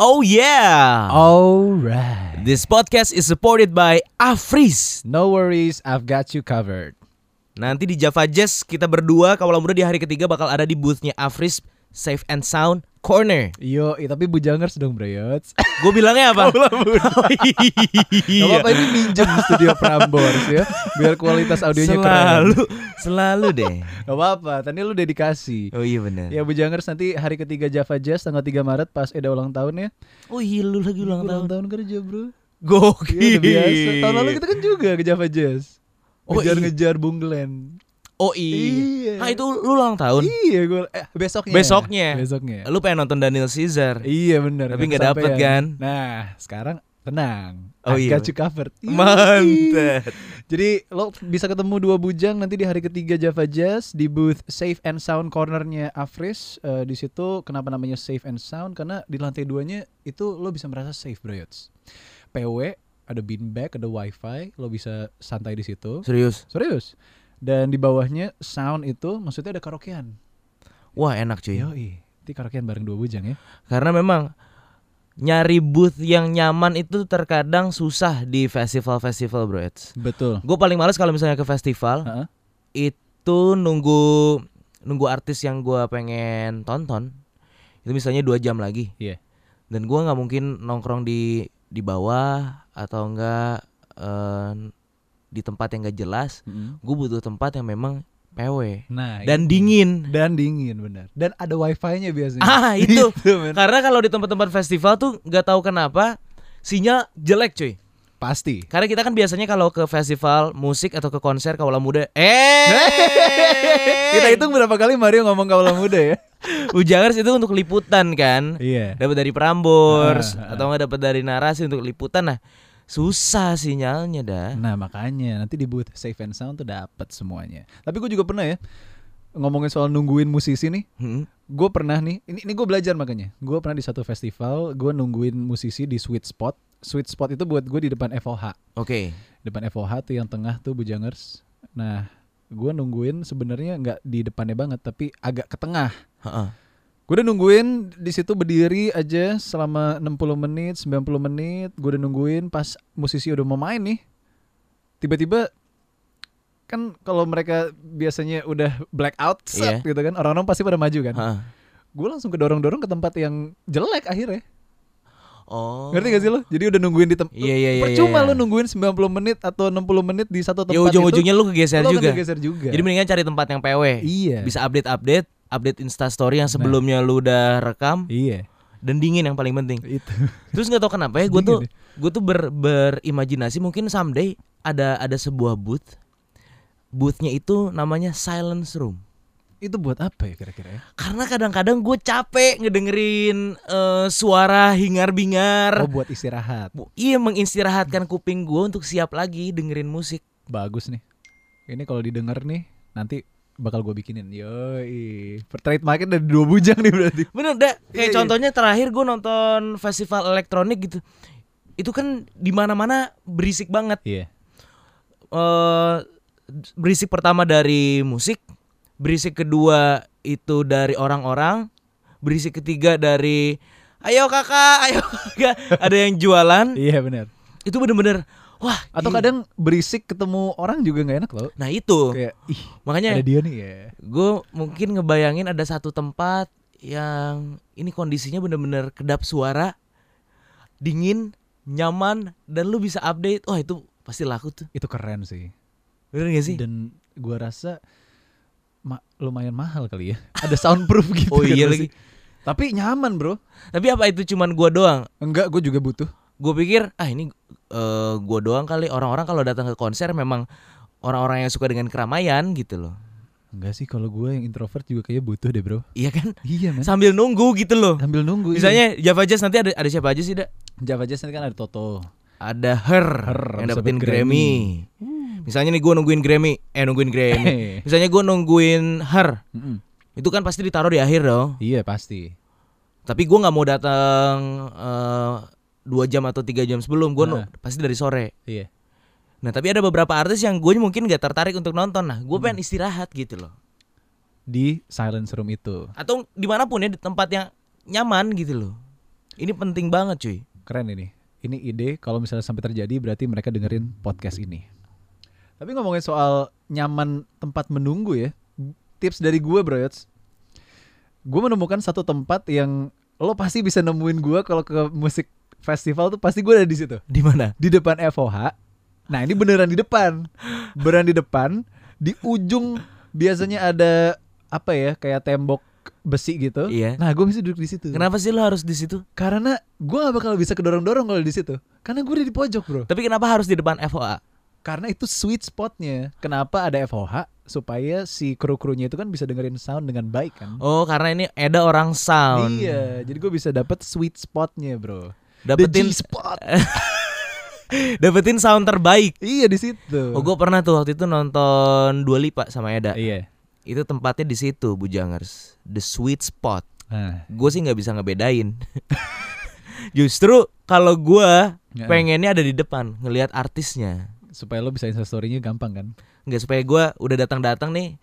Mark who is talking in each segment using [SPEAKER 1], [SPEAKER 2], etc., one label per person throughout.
[SPEAKER 1] Oh yeah!
[SPEAKER 2] Alright.
[SPEAKER 1] This podcast is supported by Afris.
[SPEAKER 2] No worries, I've got you covered.
[SPEAKER 1] Nanti di Java Jazz kita berdua Kawula Muda di hari ketiga bakal ada di boothnya Afris Safe and Sound Corner.
[SPEAKER 2] Yo, i- tapi bujangers dong, Breyot.
[SPEAKER 1] Gue bilangnya apa? Oh, iya. Kawula Muda.
[SPEAKER 2] Gak apa-apa ini minjem studio Prambors ya, biar kualitas audionya keren.
[SPEAKER 1] selalu, selalu deh.
[SPEAKER 2] Gak apa-apa, tadi lu dedikasi.
[SPEAKER 1] Oh iya benar.
[SPEAKER 2] Ya Bujangers nanti hari ketiga Java Jazz tanggal 3 Maret pas Eda ulang tahun ya.
[SPEAKER 1] Oh iya lu lagi ulang tahun.
[SPEAKER 2] kerja, Bro.
[SPEAKER 1] Gokil.
[SPEAKER 2] Iya, udah biasa. Tahun lalu kita kan juga ke Java Jazz.
[SPEAKER 1] Oh, iya.
[SPEAKER 2] Ngejar-ngejar Bung Glenn.
[SPEAKER 1] Oh iya.
[SPEAKER 2] Iya.
[SPEAKER 1] Nah itu lu ulang tahun.
[SPEAKER 2] Iya, gue eh, besoknya.
[SPEAKER 1] Besoknya.
[SPEAKER 2] Besoknya.
[SPEAKER 1] Lu pengen nonton Daniel Caesar.
[SPEAKER 2] Iya benar.
[SPEAKER 1] Tapi nggak
[SPEAKER 2] kesampaian.
[SPEAKER 1] dapet kan?
[SPEAKER 2] Nah sekarang tenang.
[SPEAKER 1] Oh,
[SPEAKER 2] Oh
[SPEAKER 1] iya.
[SPEAKER 2] iya. you covered. Ih.
[SPEAKER 1] Mantap.
[SPEAKER 2] Jadi lo bisa ketemu dua bujang nanti di hari ketiga Java Jazz di booth Safe and Sound cornernya Afris. Eh, di situ kenapa namanya Safe and Sound? Karena di lantai duanya itu lo bisa merasa safe bro. Yots. PW ada beanbag, ada wifi, lo bisa santai di situ.
[SPEAKER 1] Serius.
[SPEAKER 2] Serius. Dan di bawahnya sound itu maksudnya ada karaokean.
[SPEAKER 1] Wah enak cuy.
[SPEAKER 2] Yoi, nanti karaokean bareng dua bujang ya.
[SPEAKER 1] Karena memang nyari booth yang nyaman itu terkadang susah di festival-festival bro.
[SPEAKER 2] Betul.
[SPEAKER 1] Gue paling males kalau misalnya ke festival
[SPEAKER 2] Heeh.
[SPEAKER 1] itu nunggu nunggu artis yang gue pengen tonton itu misalnya dua jam lagi
[SPEAKER 2] Iya.
[SPEAKER 1] dan gue nggak mungkin nongkrong di di bawah atau enggak eh, di tempat yang gak jelas.
[SPEAKER 2] Mm-mm.
[SPEAKER 1] Gue butuh tempat yang memang PW
[SPEAKER 2] Nah,
[SPEAKER 1] dan
[SPEAKER 2] itu.
[SPEAKER 1] dingin.
[SPEAKER 2] dan dingin benar. Dan ada wifi-nya biasanya.
[SPEAKER 1] Ah, itu.
[SPEAKER 2] Gitu, men.
[SPEAKER 1] Karena kalau di tempat-tempat festival tuh nggak tahu kenapa sinyal jelek cuy.
[SPEAKER 2] pasti.
[SPEAKER 1] Karena kita kan biasanya kalau ke festival musik atau ke konser kaula muda, eh
[SPEAKER 2] Kita hitung berapa kali Mario ngomong kaula muda ya?
[SPEAKER 1] Ujangers itu untuk liputan kan.
[SPEAKER 2] Iya.
[SPEAKER 1] Dapat dari Prambors
[SPEAKER 2] Ah, ah,
[SPEAKER 1] atau nggak dapat dari narasi untuk liputan nah. Susah sinyalnya dah.
[SPEAKER 2] Nah, makanya nanti di booth Safe and Sound tuh dapat semuanya. Tapi gue juga pernah ya ngomongin soal nungguin musisi nih.
[SPEAKER 1] Hmm.
[SPEAKER 2] Gue pernah nih, ini, ini gue belajar makanya. Gue pernah di satu festival, gue nungguin musisi di sweet spot. Sweet spot itu buat gue di depan FOH.
[SPEAKER 1] Oke.
[SPEAKER 2] Depan FOH tuh yang tengah tuh Bujangers. Nah, gue nungguin sebenarnya nggak di depannya banget, tapi agak ke tengah.
[SPEAKER 1] Heeh.
[SPEAKER 2] Gue udah nungguin di situ berdiri aja selama 60 menit, 90 menit. Gue udah nungguin pas musisi udah mau main nih. Tiba-tiba kan kalau mereka biasanya udah black out set,
[SPEAKER 1] Iya.
[SPEAKER 2] gitu kan. Orang-orang pasti pada maju kan.
[SPEAKER 1] Heeh.
[SPEAKER 2] Gue langsung kedorong-dorong ke tempat yang jelek akhirnya.
[SPEAKER 1] Oh.
[SPEAKER 2] Ngerti gak sih lo? Jadi udah nungguin di tempat.
[SPEAKER 1] Iya, iya, iya,
[SPEAKER 2] Percuma
[SPEAKER 1] iya.
[SPEAKER 2] lo nungguin 90 menit atau 60 menit di satu
[SPEAKER 1] Ya
[SPEAKER 2] tempat
[SPEAKER 1] ujung-ujungnya
[SPEAKER 2] itu.
[SPEAKER 1] lu kegeser
[SPEAKER 2] lo akan
[SPEAKER 1] juga.
[SPEAKER 2] tergeser juga.
[SPEAKER 1] Jadi mendingan cari tempat yang PW.
[SPEAKER 2] Iya. Nah.
[SPEAKER 1] Bisa update-update, update Insta story yang sebelumnya lu udah rekam
[SPEAKER 2] Iya.
[SPEAKER 1] dan dingin yang paling penting.
[SPEAKER 2] Itu.
[SPEAKER 1] Terus nggak tau kenapa ya gue tuh
[SPEAKER 2] Dingin
[SPEAKER 1] gue tuh ber, berimajinasi mungkin someday ada ada sebuah booth. Boothnya itu namanya silence room.
[SPEAKER 2] itu buat apa ya kira-kira ya?
[SPEAKER 1] Karena kadang-kadang gue capek ngedengerin eh, suara hingar-bingar.
[SPEAKER 2] Oh buat istirahat.
[SPEAKER 1] Bu- Iya mengistirahatkan kuping gue untuk siap lagi dengerin musik.
[SPEAKER 2] bagus nih. Ini kalau didengar nih nanti bakal gue bikinin. Yoi. Per trademarknya dari dua bujang nih berarti.
[SPEAKER 1] Bener dah. Kayak
[SPEAKER 2] Iya, iya.
[SPEAKER 1] contohnya terakhir gue nonton festival elektronik gitu. Itu kan di mana-mana berisik banget.
[SPEAKER 2] Iya.
[SPEAKER 1] Eh berisik pertama dari musik, berisik kedua itu dari orang-orang, berisik ketiga dari ayo kakak, ayo kakak. Ada yang jualan.
[SPEAKER 2] Iya benar.
[SPEAKER 1] Itu bener-bener wah.
[SPEAKER 2] Atau kan-
[SPEAKER 1] gila.
[SPEAKER 2] kadang berisik ketemu orang juga nggak enak loh.
[SPEAKER 1] Nah itu
[SPEAKER 2] Kayak ih
[SPEAKER 1] makanya
[SPEAKER 2] ada dia nih ya.
[SPEAKER 1] gue mungkin ngebayangin ada satu tempat yang ini kondisinya bener-bener kedap suara dingin nyaman dan lu bisa update wah itu pasti laku tuh
[SPEAKER 2] Itu keren sih.
[SPEAKER 1] bener gak sih
[SPEAKER 2] Dan gua rasa ma- lumayan mahal kali ya. Ada soundproof gitu.
[SPEAKER 1] Oh
[SPEAKER 2] kan
[SPEAKER 1] iya
[SPEAKER 2] pasti. Tapi nyaman bro.
[SPEAKER 1] tapi apa itu cuman gua doang
[SPEAKER 2] Enggak, gue juga butuh.
[SPEAKER 1] gue pikir ah ini eh, gua doang kali orang-orang kalau datang ke konser memang orang-orang yang suka dengan keramaian gitu loh
[SPEAKER 2] Enggak sih kalau gue yang introvert juga kayaknya butuh deh bro.
[SPEAKER 1] iya kan
[SPEAKER 2] Iya men.
[SPEAKER 1] sambil nunggu gitu loh
[SPEAKER 2] Sambil nunggu. iya.
[SPEAKER 1] misalnya Java Jazz nanti ada ada siapa aja sih dak
[SPEAKER 2] Java Jazz nanti kan ada Toto.
[SPEAKER 1] ada her,
[SPEAKER 2] Her,
[SPEAKER 1] yang
[SPEAKER 2] abis
[SPEAKER 1] dapetin
[SPEAKER 2] dapet
[SPEAKER 1] Grammy. Misalnya nih gue nungguin Grammy, eh nungguin Grammy. Misalnya gue nungguin her,
[SPEAKER 2] Mm-mm.
[SPEAKER 1] itu kan pasti ditaruh di akhir dong.
[SPEAKER 2] Iya pasti.
[SPEAKER 1] Tapi gue nggak mau datang eh, dua jam atau tiga jam sebelum gue
[SPEAKER 2] Nah.
[SPEAKER 1] pasti dari sore.
[SPEAKER 2] Iya.
[SPEAKER 1] Nah tapi ada beberapa artis yang gue mungkin gak tertarik untuk nonton. Nah
[SPEAKER 2] Hmm.
[SPEAKER 1] gue pengen istirahat gitu loh.
[SPEAKER 2] Di silence room itu.
[SPEAKER 1] Atau dimanapun ya di tempat yang nyaman gitu loh. Ini penting banget cuy.
[SPEAKER 2] Keren ini. Ini ide kalau misalnya sampai terjadi berarti mereka dengerin podcast ini. Tapi ngomongin soal nyaman tempat menunggu ya. Tips dari gue bro Yots. Gue menemukan satu tempat yang lo pasti bisa nemuin gue kalau ke musik festival tuh pasti gue ada di situ.
[SPEAKER 1] Di mana?
[SPEAKER 2] Di depan FOH. Nah ini beneran di depan. Beneran di depan. Di ujung biasanya ada apa ya kayak tembok besi gitu.
[SPEAKER 1] Iya.
[SPEAKER 2] Nah gue bisa duduk di situ.
[SPEAKER 1] Kenapa sih lo harus di situ?
[SPEAKER 2] Karena gue gak bakal bisa kedorong-dorong kalau di situ. Karena gue udah di pojok bro.
[SPEAKER 1] Tapi kenapa harus di depan FOA?
[SPEAKER 2] Karena itu sweet spotnya. Kenapa ada FOH? Supaya si kru-krunya itu kan bisa dengerin sound dengan baik kan.
[SPEAKER 1] Oh, karena ini ada orang sound.
[SPEAKER 2] Iya. Jadi gue bisa dapat sweet spotnya bro.
[SPEAKER 1] Dapetin
[SPEAKER 2] The G spot.
[SPEAKER 1] dapetin sound terbaik.
[SPEAKER 2] iya di situ.
[SPEAKER 1] Oh, gue pernah tuh waktu itu nonton Dua Lipa sama Eda.
[SPEAKER 2] Iya.
[SPEAKER 1] Itu tempatnya di situ, Bujangers. The sweet spot.
[SPEAKER 2] Nah,
[SPEAKER 1] Gue sih nggak bisa ngebedain. Justru kalau gue
[SPEAKER 2] Nggak.
[SPEAKER 1] pengennya ada di depan ngelihat artisnya.
[SPEAKER 2] supaya lo bisa instastory-nya gampang kan.
[SPEAKER 1] Nggak supaya gue udah datang-datang nih,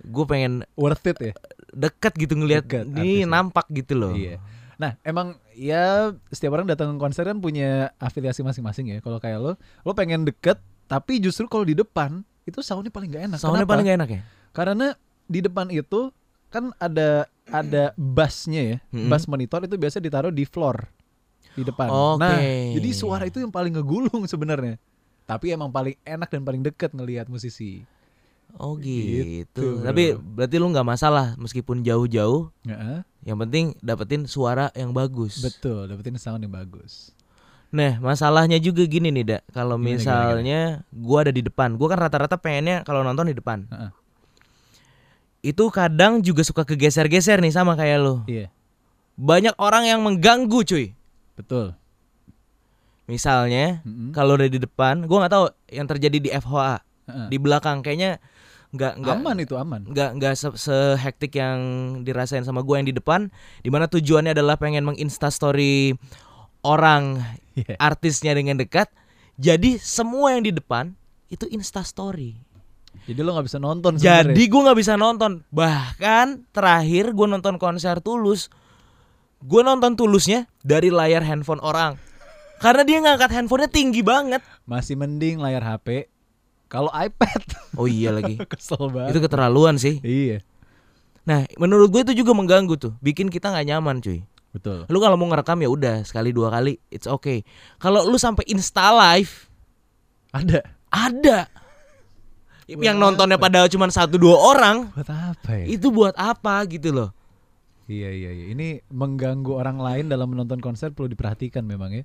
[SPEAKER 1] gue pengen
[SPEAKER 2] Worth it ya.
[SPEAKER 1] deket gitu ngelihat
[SPEAKER 2] Deket
[SPEAKER 1] ini
[SPEAKER 2] artisnya.
[SPEAKER 1] nampak gitu loh.
[SPEAKER 2] Iya. Nah, emang ya setiap orang datang ke konser kan punya afiliasi masing-masing ya. Kalau kayak lo, lo pengen deket, tapi justru kalau di depan itu soundnya paling gak enak.
[SPEAKER 1] Soalnya
[SPEAKER 2] Nah, Kenapa?
[SPEAKER 1] paling gak enak ya.
[SPEAKER 2] Karena di depan itu kan ada ada bassnya ya.
[SPEAKER 1] Mm-mm.
[SPEAKER 2] Bass monitor itu biasa ditaruh di floor di depan.
[SPEAKER 1] Oke.
[SPEAKER 2] Nah, jadi suara itu yang paling ngegulung sebenarnya. Tapi emang paling enak dan paling deket ngelihat musisi.
[SPEAKER 1] Oh gitu.
[SPEAKER 2] Gitu, bro.
[SPEAKER 1] Tapi berarti lu nggak masalah meskipun jauh-jauh.
[SPEAKER 2] Heeh.
[SPEAKER 1] Yang penting dapetin suara yang bagus.
[SPEAKER 2] Betul, dapetin sound yang bagus.
[SPEAKER 1] Nah, masalahnya juga gini nih, Dak. Kalau
[SPEAKER 2] Gimana,
[SPEAKER 1] misalnya gua ada di depan, gua kan rata-rata pengennya kalau nonton di depan.
[SPEAKER 2] Heeh.
[SPEAKER 1] Itu kadang juga suka kegeser-geser nih sama kayak lu.
[SPEAKER 2] Iya,
[SPEAKER 1] Banyak orang yang mengganggu, cuy.
[SPEAKER 2] betul.
[SPEAKER 1] Misalnya, Hmm.
[SPEAKER 2] Mm-mm.
[SPEAKER 1] kalau udah di depan, gua nggak tahu yang terjadi di FHA,
[SPEAKER 2] Heeh.
[SPEAKER 1] di belakang kayaknya nggak nggak
[SPEAKER 2] Aman itu aman.
[SPEAKER 1] nggak nggak se sehektik yang dirasain sama gue yang di depan dimana tujuannya adalah pengen menginstastory orang
[SPEAKER 2] Iya.
[SPEAKER 1] artisnya dengan dekat jadi semua yang di depan itu instastory
[SPEAKER 2] Jadi lo nggak bisa nonton sebenarnya.
[SPEAKER 1] jadi gue nggak bisa nonton bahkan terakhir gue nonton konser tulus gue nonton tulusnya dari layar handphone orang karena dia ngangkat handphonenya tinggi banget
[SPEAKER 2] masih mending layar HP. Kalau iPad
[SPEAKER 1] oh iya lagi
[SPEAKER 2] kesel
[SPEAKER 1] itu
[SPEAKER 2] banget.
[SPEAKER 1] keterlaluan sih
[SPEAKER 2] Iya,
[SPEAKER 1] nah menurut gue itu juga mengganggu tuh bikin kita nggak nyaman cuy
[SPEAKER 2] betul.
[SPEAKER 1] lu kalau mau ngerekam ya udah sekali dua kali it's okay kalau lu sampai insta live
[SPEAKER 2] Ada.
[SPEAKER 1] ada
[SPEAKER 2] Iya.
[SPEAKER 1] yang nontonnya padahal cuma satu dua orang
[SPEAKER 2] Buat apa ya?
[SPEAKER 1] itu buat apa gitu loh
[SPEAKER 2] Iya iya iya. Ini mengganggu orang lain dalam menonton konser perlu diperhatikan memang ya.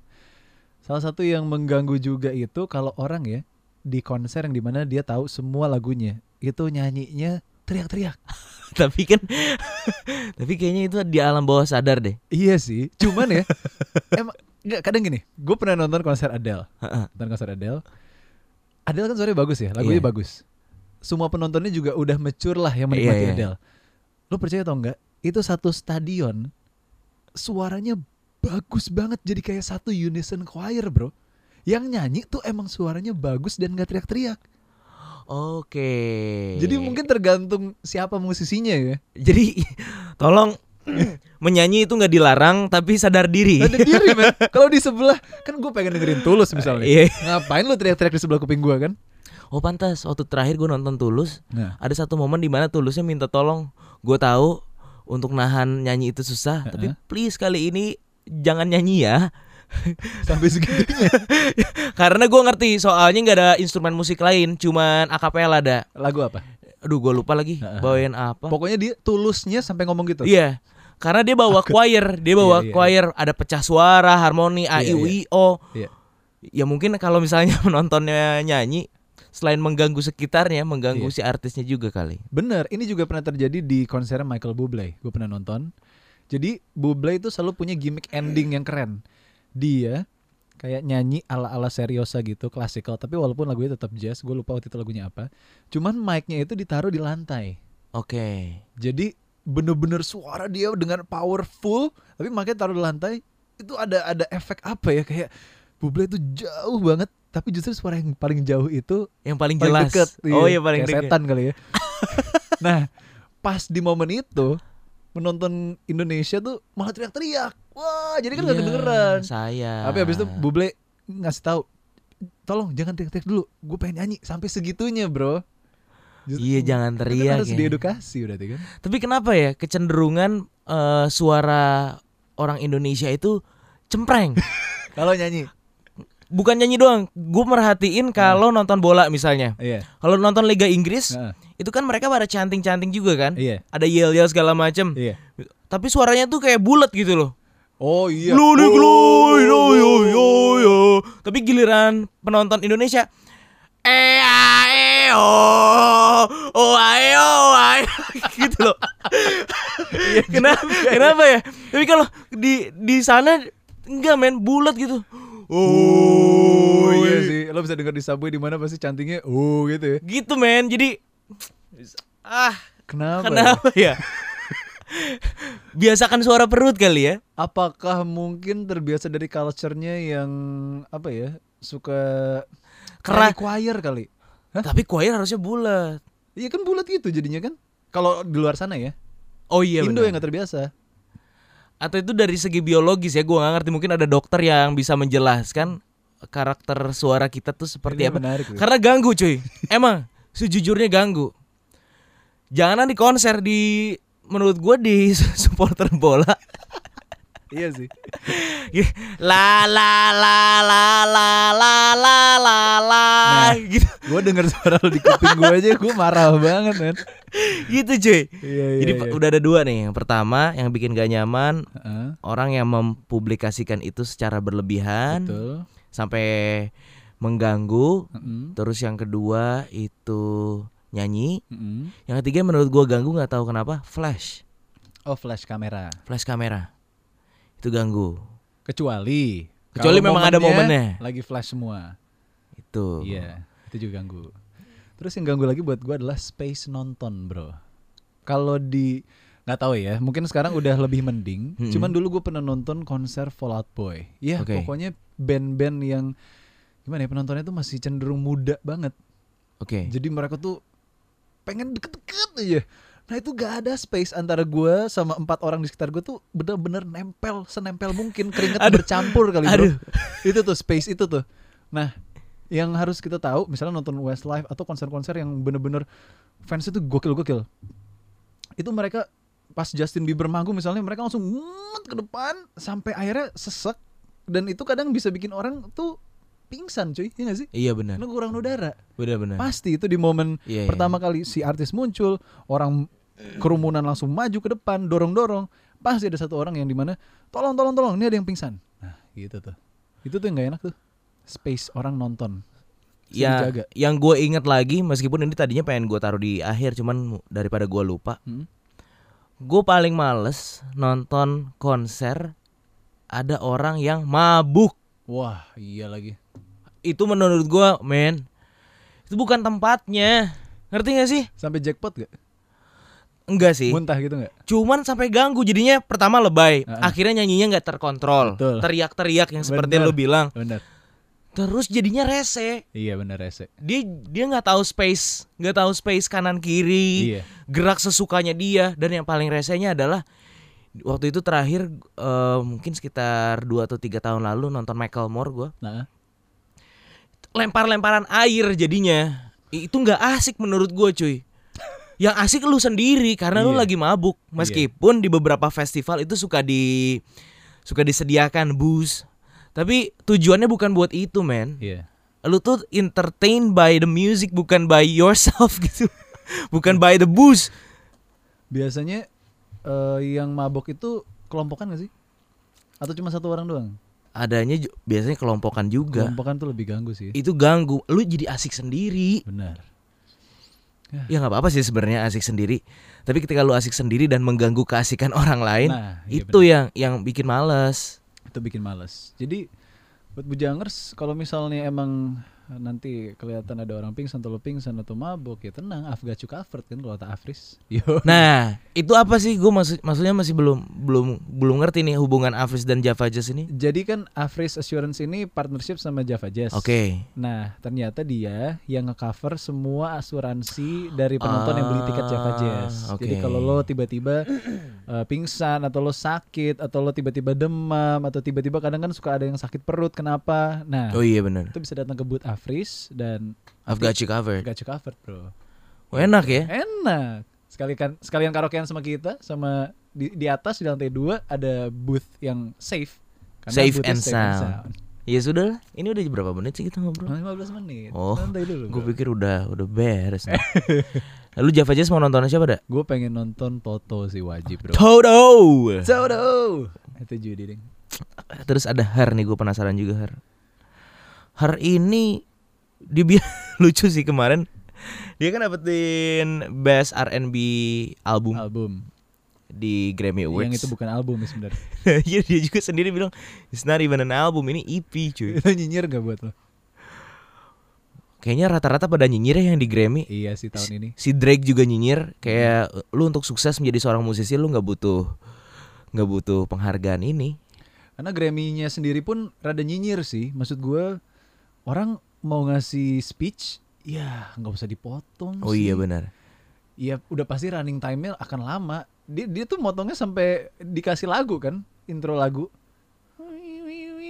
[SPEAKER 2] Salah satu yang mengganggu juga itu kalau orang ya di konser yang dimana dia tahu semua lagunya itu nyanyinya teriak-teriak.
[SPEAKER 1] tapi kan tapi kayaknya itu di alam bawah sadar deh
[SPEAKER 2] Iya sih. Cuman ya emang nggak kadang gini. Gue pernah nonton konser Adele. Nonton konser Adele. Adele kan suaranya bagus ya, lagunya
[SPEAKER 1] Iya.
[SPEAKER 2] bagus. Semua penontonnya juga udah mature lah yang menikmati
[SPEAKER 1] Iya, iya.
[SPEAKER 2] Adele. Lo percaya atau enggak? Itu satu stadion suaranya bagus banget jadi kayak satu unison choir, Bro. Yang nyanyi tuh emang suaranya bagus dan gak teriak-teriak.
[SPEAKER 1] oke Iya.
[SPEAKER 2] Jadi mungkin tergantung siapa musisinya ya.
[SPEAKER 1] jadi tolong menyanyi itu nggak dilarang tapi sadar diri
[SPEAKER 2] Ada diri, men. Kalau di sebelah kan gue pengen dengerin Tulus misalnya.
[SPEAKER 1] Iya.
[SPEAKER 2] Ngapain lu teriak-teriak di sebelah kuping gua kan?
[SPEAKER 1] oh pantas waktu terakhir gue nonton tulus
[SPEAKER 2] Nah,
[SPEAKER 1] ada satu momen di mana tulusnya minta tolong gue tahu untuk nahan nyanyi itu susah tapi please kali ini jangan nyanyi ya
[SPEAKER 2] sampai segitunya.
[SPEAKER 1] karena gue ngerti soalnya nggak ada instrumen musik lain cuman akapela ada
[SPEAKER 2] Lagu apa?
[SPEAKER 1] aduh gue lupa lagi
[SPEAKER 2] Heeh.
[SPEAKER 1] bawain apa
[SPEAKER 2] Pokoknya dia tulusnya sampai ngomong gitu.
[SPEAKER 1] iya karena dia bawa choir dia bawa
[SPEAKER 2] Iya, iya.
[SPEAKER 1] choir ada pecah suara harmoni a i
[SPEAKER 2] Iya,
[SPEAKER 1] u
[SPEAKER 2] iya.
[SPEAKER 1] i o
[SPEAKER 2] Iya.
[SPEAKER 1] ya mungkin kalau misalnya menontonnya nyanyi selain mengganggu sekitarnya mengganggu
[SPEAKER 2] Iya.
[SPEAKER 1] si artisnya juga kali
[SPEAKER 2] Bener, ini juga pernah terjadi di konser Michael Bublé. Gue pernah nonton. Jadi Bublé itu selalu punya gimmick ending yang keren. Dia kayak nyanyi ala-ala seriosa gitu, klasikal. Tapi walaupun lagunya tetap jazz, gue lupa waktu itu lagunya apa. Cuman mic-nya itu ditaruh di lantai.
[SPEAKER 1] oke
[SPEAKER 2] Jadi bener-bener suara dia dengan powerful, tapi mic-nya taruh di lantai. Itu ada ada efek apa ya? Kayak Bublé itu jauh banget, tapi justru suara yang paling jauh itu
[SPEAKER 1] yang paling, jelas
[SPEAKER 2] paling deket
[SPEAKER 1] oh iya paling
[SPEAKER 2] Kayak
[SPEAKER 1] deket
[SPEAKER 2] setan kali ya nah pas di momen itu menonton Indonesia tuh malah teriak-teriak Wah, jadi kan
[SPEAKER 1] Iya, Ah.
[SPEAKER 2] gak kedengeran.
[SPEAKER 1] Saya.
[SPEAKER 2] Tapi habis itu Buble ngasih tahu, tolong jangan teriak-teriak dulu. Gue pengen nyanyi sampai segitunya, Bro. Just-
[SPEAKER 1] Iya jangan
[SPEAKER 2] Itu kan
[SPEAKER 1] teriak.
[SPEAKER 2] harus
[SPEAKER 1] ya.
[SPEAKER 2] diedukasi berarti kan.
[SPEAKER 1] Tapi kenapa ya kecenderungan eh, suara orang Indonesia itu cempreng.
[SPEAKER 2] Kalau nyanyi.
[SPEAKER 1] Bukan nyanyi doang. Gue merhatiin kalau
[SPEAKER 2] Nah.
[SPEAKER 1] nonton bola misalnya.
[SPEAKER 2] Iya.
[SPEAKER 1] Kalau nonton Liga Inggris
[SPEAKER 2] Heeh.
[SPEAKER 1] itu kan mereka pada canting-canting juga kan.
[SPEAKER 2] Nah. Iya.
[SPEAKER 1] Ada yel-yel segala macem.
[SPEAKER 2] Iya.
[SPEAKER 1] Tapi suaranya tuh kayak bulat gitu loh.
[SPEAKER 2] Oh iya.
[SPEAKER 1] Lu nih, lu, yo, yo, yo, yo. Tapi giliran penonton Indonesia eh ah, eh, oh oh ae, oh, ae. gitu loh. kenapa kenapa ya? Tapi kalau di di sana enggak men bulat gitu.
[SPEAKER 2] Oh iya sih. Lo bisa denger di subway di mana pasti cantingnya oh gitu ya.
[SPEAKER 1] Gitu men. Jadi ah
[SPEAKER 2] Kenapa? ya?
[SPEAKER 1] kenapa ya? Biasakan suara perut kali ya.
[SPEAKER 2] Apakah mungkin terbiasa dari culture-nya yang apa ya? Suka
[SPEAKER 1] Keras.
[SPEAKER 2] Kayak choir kali. Hah?
[SPEAKER 1] Tapi choir harusnya bulat.
[SPEAKER 2] Iya kan bulat gitu jadinya kan. Kalau di luar sana ya.
[SPEAKER 1] Oh iya
[SPEAKER 2] Indo
[SPEAKER 1] benar.
[SPEAKER 2] yang gak terbiasa.
[SPEAKER 1] atau itu dari segi biologis ya gue nggak ngerti mungkin ada dokter yang bisa menjelaskan karakter suara kita tuh seperti
[SPEAKER 2] Ini
[SPEAKER 1] apa
[SPEAKER 2] menarik tuh.
[SPEAKER 1] karena ganggu cuy emang sejujurnya ganggu janganan di konser di menurut gue di supporter bola
[SPEAKER 2] iya sih.
[SPEAKER 1] la la la la la la la la la
[SPEAKER 2] Nah.
[SPEAKER 1] gitu
[SPEAKER 2] Gue denger suara lo di kuping gue aja gue marah banget kan.
[SPEAKER 1] gitu cuy
[SPEAKER 2] Iya
[SPEAKER 1] jadi udah ada dua nih yang pertama yang bikin gak nyaman
[SPEAKER 2] Heeh,
[SPEAKER 1] orang yang mempublikasikan itu secara berlebihan
[SPEAKER 2] betul.
[SPEAKER 1] sampai mengganggu.
[SPEAKER 2] Heeh,
[SPEAKER 1] Terus yang kedua itu nyanyi.
[SPEAKER 2] heeh.
[SPEAKER 1] Yang ketiga menurut gua ganggu nggak tahu kenapa flash,
[SPEAKER 2] Oh flash kamera.
[SPEAKER 1] flash kamera. Itu ganggu.
[SPEAKER 2] Kecuali
[SPEAKER 1] Kecuali
[SPEAKER 2] kalau
[SPEAKER 1] memang ada momennya. Oh.
[SPEAKER 2] Lagi flash semua.
[SPEAKER 1] Itu.
[SPEAKER 2] Iya, itu juga ganggu. Terus yang ganggu lagi buat gue adalah space nonton, bro. Kalau di nggak tahu ya, mungkin sekarang udah lebih mending.
[SPEAKER 1] Mm-mm.
[SPEAKER 2] Cuman dulu gue pernah nonton konser Fallout Boy. Iya,
[SPEAKER 1] Hmm. Oke.
[SPEAKER 2] pokoknya band-band yang gimana ya penontonnya tuh masih cenderung muda banget.
[SPEAKER 1] Oke.
[SPEAKER 2] Jadi mereka tuh pengen deket-deket aja. Nah itu gak ada space antara gue sama empat orang di sekitar gue tuh bener-bener nempel, senempel mungkin keringet
[SPEAKER 1] Aduh.
[SPEAKER 2] bercampur kali
[SPEAKER 1] Aduh.
[SPEAKER 2] bro. Itu tuh space itu tuh. Nah yang harus kita tahu misalnya nonton Westlife atau konser-konser yang bener-bener fans itu gokil-gokil. Itu mereka pas Justin Bieber manggung misalnya mereka langsung mumet ke depan sampai akhirnya sesek dan itu kadang bisa bikin orang tuh pingsan cuy, iya gak sih?
[SPEAKER 1] Iya benar.
[SPEAKER 2] Karena kurang udara.
[SPEAKER 1] Benar-benar.
[SPEAKER 2] Pasti itu di momen
[SPEAKER 1] Iya, iya.
[SPEAKER 2] pertama kali si artis muncul, orang kerumunan langsung maju ke depan, dorong-dorong. Pasti ada satu orang yang dimana, tolong, tolong, tolong, ini ada yang pingsan. Nah, gitu tuh. Itu tuh yang nggak enak tuh. Space orang nonton. Mesti
[SPEAKER 1] Ya,
[SPEAKER 2] dijaga.
[SPEAKER 1] yang gue inget lagi meskipun ini tadinya pengen gue taruh di akhir cuman daripada gua lupa.
[SPEAKER 2] Hmm.
[SPEAKER 1] Gue paling males nonton konser ada orang yang mabuk.
[SPEAKER 2] Wah, iya lagi.
[SPEAKER 1] Itu menurut gua, men. Itu bukan tempatnya. Ngerti gak sih?
[SPEAKER 2] Sampai jackpot gak?
[SPEAKER 1] Enggak sih.
[SPEAKER 2] Muntah gitu gak?
[SPEAKER 1] cuman sampai ganggu jadinya pertama lebay
[SPEAKER 2] Heeh.
[SPEAKER 1] akhirnya nyanyinya nggak terkontrol
[SPEAKER 2] Betul.
[SPEAKER 1] teriak-teriak yang seperti
[SPEAKER 2] Bener.
[SPEAKER 1] lu bilang
[SPEAKER 2] Bener.
[SPEAKER 1] terus jadinya rese
[SPEAKER 2] Iya bener rese.
[SPEAKER 1] dia dia nggak tahu space nggak tahu space kanan kiri
[SPEAKER 2] Iya.
[SPEAKER 1] gerak sesukanya dia dan yang paling resenya adalah waktu itu terakhir eh, mungkin sekitar 2 atau tiga tahun lalu nonton Michael Moore gue
[SPEAKER 2] Nah,
[SPEAKER 1] lempar-lemparan air jadinya I- itu nggak asik menurut gue cuy yang asik lu sendiri karena lu
[SPEAKER 2] Iya.
[SPEAKER 1] lagi mabuk meskipun di beberapa festival itu suka di suka disediakan bus tapi tujuannya bukan buat itu men
[SPEAKER 2] iya.
[SPEAKER 1] lu tuh entertain by the music bukan by yourself gitu bukan by the booze
[SPEAKER 2] Biasanya eh, yang mabok itu kelompokan gak sih? Atau cuma satu orang doang?
[SPEAKER 1] adanya ju- biasanya kelompokan juga
[SPEAKER 2] Kelompokan tuh lebih ganggu sih.
[SPEAKER 1] itu ganggu lu jadi asik sendiri
[SPEAKER 2] Benar.
[SPEAKER 1] Ya nggak apa-apa sih sebenarnya asik sendiri. Tapi ketika lu asik sendiri dan mengganggu keasikan orang lain,
[SPEAKER 2] Nah, iya
[SPEAKER 1] itu yang yang bikin males.
[SPEAKER 2] itu bikin males jadi buat bujangers kalau misalnya emang nanti kelihatan ada orang pingsan atau lo pingsan atau mabok ya tenang Afga covered kan kalau tak Afris yo
[SPEAKER 1] Nah, itu apa sih? Gue maksud maksudnya masih belum belum belum ngerti nih hubungan Afris dan Java Jazz ini.
[SPEAKER 2] jadi kan Afris Assurance ini partnership sama Java Jazz
[SPEAKER 1] Oke.
[SPEAKER 2] nah ternyata dia yang ngecover semua asuransi dari penonton yang beli tiket Java
[SPEAKER 1] Ah,
[SPEAKER 2] Jazz
[SPEAKER 1] oke.
[SPEAKER 2] jadi kalau lo tiba-tiba eh, pingsan atau lo sakit atau lo tiba-tiba demam atau tiba-tiba kadang kan suka ada yang sakit perut kenapa nah
[SPEAKER 1] Oh iya bener
[SPEAKER 2] itu bisa datang ke booth Afris dan
[SPEAKER 1] I've got you covered.
[SPEAKER 2] gacha covered bro
[SPEAKER 1] Oh, enak ya.
[SPEAKER 2] enak sekali kan sekalian karaokean sama kita sama di, di atas di lantai dua ada booth yang safe
[SPEAKER 1] Safe
[SPEAKER 2] boothnya
[SPEAKER 1] and sound. Ya sudah lah. Ini udah berapa menit sih kita ngobrol?
[SPEAKER 2] Cuma 15 menit
[SPEAKER 1] Oh,
[SPEAKER 2] santai dulu
[SPEAKER 1] Gue
[SPEAKER 2] bro.
[SPEAKER 1] pikir udah udah beres. nih. Lalu Java Jazz mau nontonnya siapa dah?
[SPEAKER 2] Gue pengen nonton Toto sih wajib bro.
[SPEAKER 1] Toto.
[SPEAKER 2] Toto. Itu Judi ding.
[SPEAKER 1] Terus ada Har nih gue penasaran juga Har. Har ini dia bi- lucu sih kemarin. Dia kan dapetin Best R&B album
[SPEAKER 2] Album.
[SPEAKER 1] di Grammy Awards.
[SPEAKER 2] Yang itu bukan album ya sebenarnya.
[SPEAKER 1] Iya dia juga sendiri bilang It's not even an album Ini EP cuy
[SPEAKER 2] itu nyinyir gak buat lo?
[SPEAKER 1] Kayaknya rata-rata pada nyinyir ya yang di Grammy
[SPEAKER 2] Iya sih tahun ini.
[SPEAKER 1] Si Drake juga nyinyir Kayak lu untuk sukses menjadi seorang musisi Lu nggak butuh nggak butuh penghargaan ini
[SPEAKER 2] Karena Grammy-nya sendiri pun rada nyinyir sih. Maksud gue orang mau ngasih speech, ya nggak usah dipotong.
[SPEAKER 1] Oh
[SPEAKER 2] sih.
[SPEAKER 1] iya benar
[SPEAKER 2] Iya udah pasti running time-nya akan lama. Dia, dia tuh motongnya sampai dikasih lagu kan, intro lagu.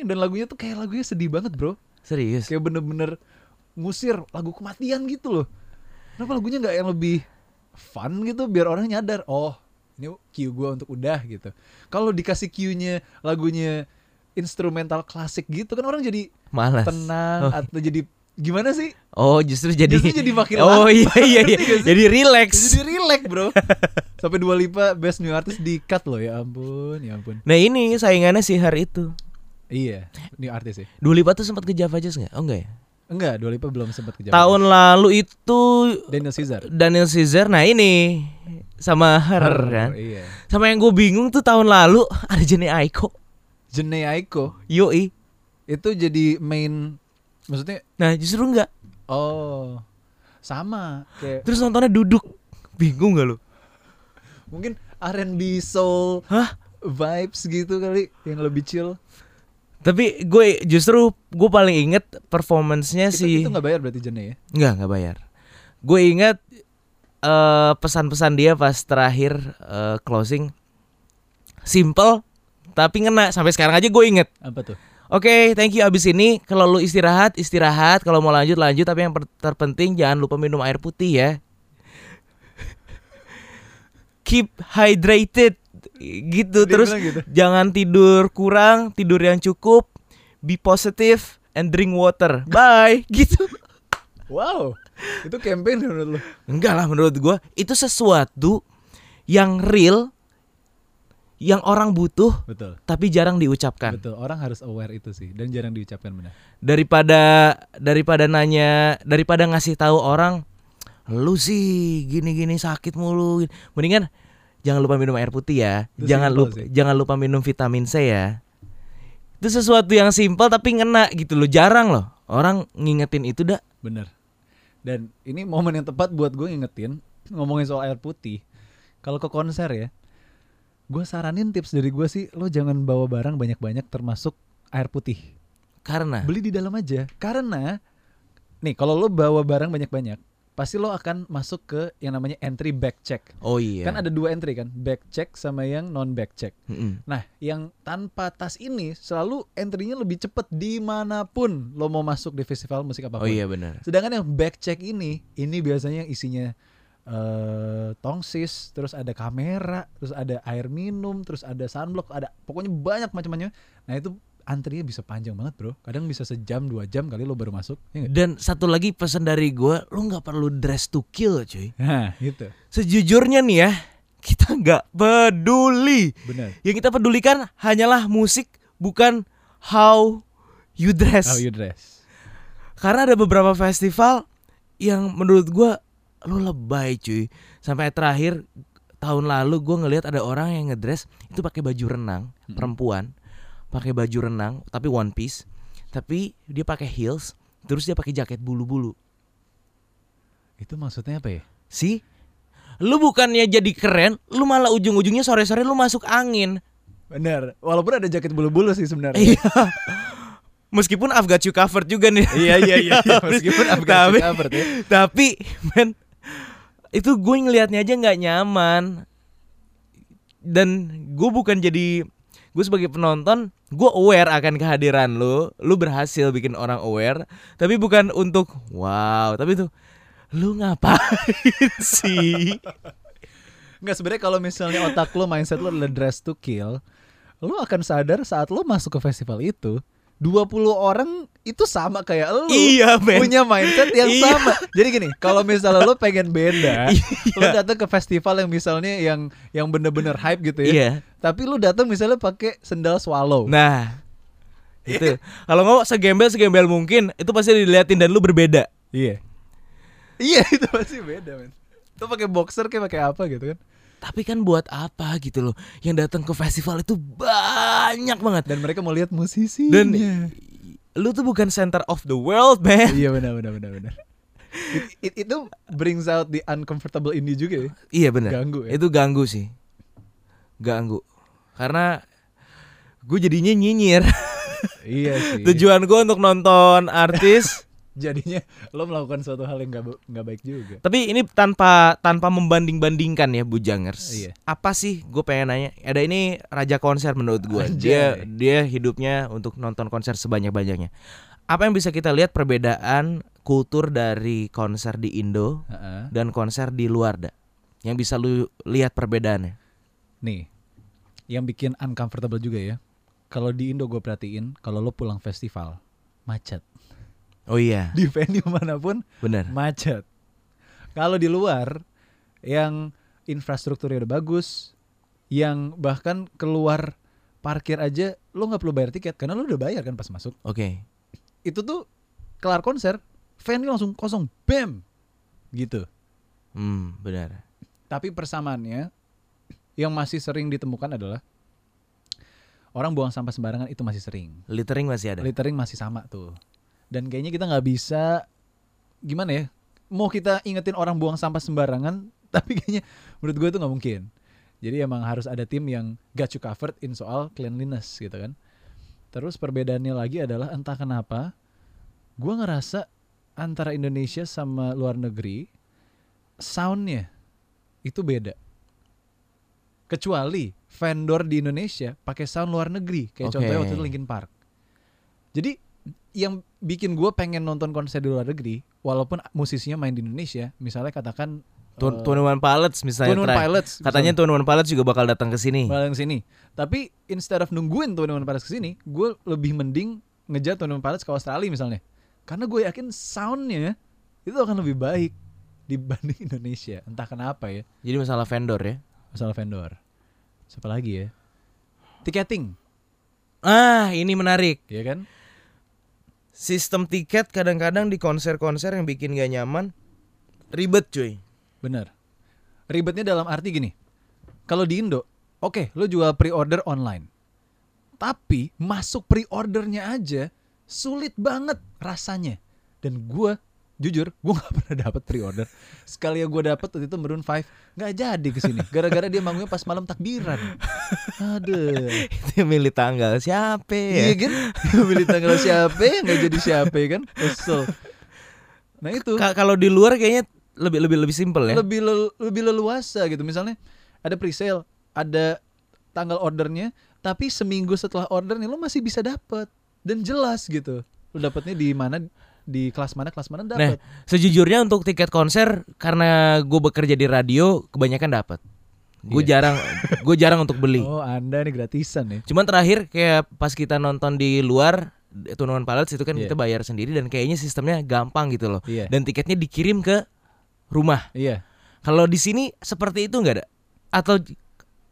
[SPEAKER 2] Dan lagunya tuh kayak lagunya sedih banget bro.
[SPEAKER 1] Serius
[SPEAKER 2] kayak bener-bener ngusir lagu kematian gitu loh kenapa lagunya nggak yang lebih fun gitu biar orang nyadar oh ini cue gue untuk udah gitu kalau dikasih cue-nya lagunya instrumental klasik gitu kan orang jadi
[SPEAKER 1] Malas Oh.
[SPEAKER 2] tenang atau jadi gimana sih
[SPEAKER 1] Oh justru jadi
[SPEAKER 2] Justru jadi makin
[SPEAKER 1] Oh
[SPEAKER 2] lama.
[SPEAKER 1] iya iya, iya.
[SPEAKER 2] Ngerti gak sih?
[SPEAKER 1] Jadi relax
[SPEAKER 2] jadi relax bro sampai dua lipa best new artist di cut loh ya ampun ya ampun
[SPEAKER 1] Nah ini saingannya si Har itu
[SPEAKER 2] iya new artist ya
[SPEAKER 1] Dua Lipa tuh sempat ke Java Jazz nggak? Oh enggak ya
[SPEAKER 2] enggak dua lipa belum sempat ke Jawa.
[SPEAKER 1] Tahun lalu itu
[SPEAKER 2] Daniel Caesar
[SPEAKER 1] Daniel Caesar Nah ini Sama Har kan
[SPEAKER 2] iya
[SPEAKER 1] Sama yang gue bingung tuh tahun lalu ada Jenny Aiko.
[SPEAKER 2] Jene Aiko
[SPEAKER 1] Yoi.
[SPEAKER 2] itu jadi main maksudnya
[SPEAKER 1] Nah justru enggak.
[SPEAKER 2] Oh, sama kayak
[SPEAKER 1] Terus nontonnya duduk. Bingung gak lu?
[SPEAKER 2] mungkin R&B soul
[SPEAKER 1] Hah?
[SPEAKER 2] vibes gitu kali yang lebih chill.
[SPEAKER 1] Tapi gue justru gue paling inget performance-nya
[SPEAKER 2] Itu,
[SPEAKER 1] si
[SPEAKER 2] itu nggak bayar berarti Jene ya?
[SPEAKER 1] Enggak, enggak bayar. Gue inget eh, pesan-pesan dia pas terakhir eh, closing. Simple tapi ngena sampai sekarang aja gue inget.
[SPEAKER 2] Apa tuh?
[SPEAKER 1] Oke, thank you abis ini. Kalau lu istirahat, istirahat. Kalau mau lanjut, lanjut. Tapi yang per- terpenting jangan lupa minum air putih ya. Keep hydrated, gitu.
[SPEAKER 2] Dia
[SPEAKER 1] Terus
[SPEAKER 2] bilang gitu.
[SPEAKER 1] jangan tidur kurang, tidur yang cukup. Be positive and drink water. Bye, gitu.
[SPEAKER 2] Wow, itu campaign ya menurut lo?
[SPEAKER 1] Enggak lah menurut gua itu sesuatu yang real, yang orang butuh
[SPEAKER 2] Betul,
[SPEAKER 1] tapi jarang diucapkan.
[SPEAKER 2] betul. Orang harus aware itu sih dan jarang diucapkan benar.
[SPEAKER 1] daripada daripada nanya daripada ngasih tahu orang lu sih gini-gini sakit mulu mendingan jangan lupa minum air putih ya
[SPEAKER 2] Itu
[SPEAKER 1] jangan
[SPEAKER 2] simple
[SPEAKER 1] lupa
[SPEAKER 2] sih.
[SPEAKER 1] jangan lupa minum vitamin C ya itu sesuatu yang simpel tapi ngena gitu loh jarang loh orang ngingetin itu dah
[SPEAKER 2] Bener. Dan ini momen yang tepat buat gue ngingetin ngomongin soal air putih. Kalau ke konser ya, gue saranin tips dari gue sih lo jangan bawa barang banyak-banyak termasuk air putih.
[SPEAKER 1] karena
[SPEAKER 2] beli di dalam aja karena nih kalau lo bawa barang banyak-banyak pasti lo akan masuk ke yang namanya entry back check
[SPEAKER 1] oh iya
[SPEAKER 2] kan ada dua entry kan back check sama yang non back check
[SPEAKER 1] Mm-mm.
[SPEAKER 2] nah yang tanpa tas ini selalu entry-nya lebih cepet dimanapun lo mau masuk di festival musik
[SPEAKER 1] oh
[SPEAKER 2] apapun
[SPEAKER 1] iya benar
[SPEAKER 2] sedangkan yang back check ini ini biasanya yang isinya eh tongsis terus ada kamera terus ada air minum terus ada sunblock ada pokoknya banyak macam-macamnya nah itu antrinya bisa panjang banget bro kadang bisa sejam dua jam kali lo baru masuk ya nggak?
[SPEAKER 1] dan satu lagi pesan dari gua lu nggak perlu dress to kill cuy
[SPEAKER 2] nah gitu
[SPEAKER 1] sejujurnya nih ya kita nggak peduli
[SPEAKER 2] benar
[SPEAKER 1] Yang kita pedulikan hanyalah musik bukan how you dress.
[SPEAKER 2] how you dress
[SPEAKER 1] Karena ada beberapa festival yang menurut gua lu lebay cuy. Sampai terakhir tahun lalu gua ngelihat ada orang yang ngedress itu pakai baju renang,
[SPEAKER 2] Mm-mm.
[SPEAKER 1] perempuan pakai baju renang tapi one piece, tapi dia pakai heels, terus dia pakai jaket bulu-bulu.
[SPEAKER 2] itu maksudnya apa ya
[SPEAKER 1] Sih? Lu bukannya jadi keren, lu malah ujung-ujungnya sore-sore lu masuk angin.
[SPEAKER 2] benar walaupun ada jaket bulu-bulu sih sebenarnya
[SPEAKER 1] Iya. Meskipun I've got you covered juga nih.
[SPEAKER 2] iya iya iya meskipun I've got
[SPEAKER 1] tapi,
[SPEAKER 2] you covered ya.
[SPEAKER 1] Tapi men itu gue ngelihatnya aja nggak nyaman. dan gue bukan jadi gue sebagai penonton gue aware akan kehadiran lu lu berhasil bikin orang aware tapi bukan untuk wow tapi tuh lu ngapain sih
[SPEAKER 2] Enggak sebenarnya kalau misalnya otak lo mindset lo adalah dress to kill, lo akan sadar saat lo masuk ke festival itu 20 orang itu sama kayak lo
[SPEAKER 1] iya men
[SPEAKER 2] punya mindset yang
[SPEAKER 1] Iya.
[SPEAKER 2] sama. Jadi gini, kalau misalnya lo pengen beda,
[SPEAKER 1] Iya.
[SPEAKER 2] lo datang ke festival yang misalnya yang yang bener-bener hype gitu ya.
[SPEAKER 1] iya
[SPEAKER 2] Tapi lo datang misalnya pakai sendal swallow.
[SPEAKER 1] nah itu kalau nggak segembel segembel mungkin itu pasti diliatin dan lu berbeda
[SPEAKER 2] Iya. Iya itu pasti beda men. Lo pakai boxer kayak pakai apa gitu kan?
[SPEAKER 1] tapi kan buat apa gitu loh yang datang ke festival itu banyak banget
[SPEAKER 2] Dan mereka mau lihat musisi.
[SPEAKER 1] dan lu tuh bukan center of the world man
[SPEAKER 2] Iya benar benar benar benar. It, it- itu brings out the uncomfortable indie juga ya.
[SPEAKER 1] iya bener
[SPEAKER 2] Ganggu ya.
[SPEAKER 1] itu ganggu sih ganggu karena gue jadinya nyinyir
[SPEAKER 2] iya sih.
[SPEAKER 1] tujuan gue untuk nonton artis
[SPEAKER 2] Jadinya lo melakukan suatu hal yang nggak ba- nggak baik juga.
[SPEAKER 1] tapi ini tanpa tanpa membanding bandingkan ya bujangers
[SPEAKER 2] Iya.
[SPEAKER 1] apa sih gue pengen nanya ada ini raja konser menurut gue
[SPEAKER 2] Anjay.
[SPEAKER 1] dia dia hidupnya untuk nonton konser sebanyak banyaknya apa yang bisa kita lihat perbedaan kultur dari konser di Indo
[SPEAKER 2] Heeh.
[SPEAKER 1] dan konser di luar da yang bisa lu lihat perbedaannya
[SPEAKER 2] Nih, yang bikin uncomfortable juga ya. Kalau di Indo gue perhatiin, kalau lo pulang festival macet
[SPEAKER 1] oh iya
[SPEAKER 2] di venue manapun
[SPEAKER 1] bener
[SPEAKER 2] macet. Kalau di luar yang infrastrukturnya udah bagus, yang bahkan keluar parkir aja lo nggak perlu bayar tiket karena lo udah bayar kan pas masuk.
[SPEAKER 1] oke
[SPEAKER 2] itu tuh kelar konser venue langsung kosong bam gitu
[SPEAKER 1] hmm benar
[SPEAKER 2] tapi persamaannya yang masih sering ditemukan adalah orang buang sampah sembarangan itu masih sering
[SPEAKER 1] littering masih ada
[SPEAKER 2] littering masih sama tuh dan kayaknya kita nggak bisa gimana ya mau kita ingetin orang buang sampah sembarangan tapi kayaknya menurut gue itu nggak mungkin jadi emang harus ada tim yang got you covered in soal cleanliness gitu kan terus perbedaannya lagi adalah entah kenapa gue ngerasa antara Indonesia sama luar negeri soundnya itu beda kecuali vendor di Indonesia pakai sound luar negeri kayak
[SPEAKER 1] Oke.
[SPEAKER 2] contohnya waktu itu Linkin Park jadi yang bikin gue pengen nonton konser di luar negeri, walaupun musisinya main di Indonesia, misalnya katakan
[SPEAKER 1] Twen-
[SPEAKER 2] eh,
[SPEAKER 1] 21 Pilots misalnya
[SPEAKER 2] 21
[SPEAKER 1] terakhir.
[SPEAKER 2] Pilots,
[SPEAKER 1] katanya 21 Pilots juga bakal datang ke sini
[SPEAKER 2] misalnya, yang sini. Tapi instead of nungguin Twenty One Pilots kesini, gue lebih mending ngejar Twenty One Pilots ke Australia misalnya, karena gue yakin soundnya itu akan lebih baik dibanding Indonesia. Entah kenapa ya,
[SPEAKER 1] jadi masalah vendor ya
[SPEAKER 2] masalah vendor. Siapa lagi ya? Tiketing,
[SPEAKER 1] ah ini menarik
[SPEAKER 2] ya kan?
[SPEAKER 1] sistem tiket kadang-kadang di konser-konser yang bikin gak nyaman ribet cuy
[SPEAKER 2] Bener. Ribetnya dalam arti gini. Kalau di Indo, oke, lo jual pre-order online. Tapi masuk pre-ordernya aja sulit banget rasanya. Dan gua jujur, gua nggak pernah dapat pre-order. Sekali yang gua dapet waktu itu Maroon 5 nggak jadi kesini. Gara-gara dia manggungnya pas malam takbiran. Aduh.
[SPEAKER 1] itu yang milih tanggal siapa ya
[SPEAKER 2] Iya kan? Milih tanggal siapa, nggak jadi siapa ya kan? Kesel. Nah
[SPEAKER 1] gitu.
[SPEAKER 2] itu.
[SPEAKER 1] Ka- kalau di luar kayaknya lebih lebih lebih simpel ya
[SPEAKER 2] lebih lel- lebih leluasa gitu misalnya ada presale ada tanggal ordernya tapi seminggu setelah ordernya lo masih bisa dapat dan jelas gitu lo dapatnya di mana di kelas mana kelas mana
[SPEAKER 1] nah
[SPEAKER 2] dapat
[SPEAKER 1] sejujurnya untuk tiket konser karena gue bekerja di radio kebanyakan dapat gue
[SPEAKER 2] Iya.
[SPEAKER 1] jarang gue jarang untuk beli
[SPEAKER 2] oh anda nih gratisan ya
[SPEAKER 1] cuman terakhir kayak pas kita nonton di luar Tunuan Palace itu kan
[SPEAKER 2] Iya.
[SPEAKER 1] kita bayar sendiri dan kayaknya sistemnya gampang gitu loh
[SPEAKER 2] iya
[SPEAKER 1] dan tiketnya dikirim ke rumah
[SPEAKER 2] iya
[SPEAKER 1] Kalau di sini seperti itu nggak ada? Atau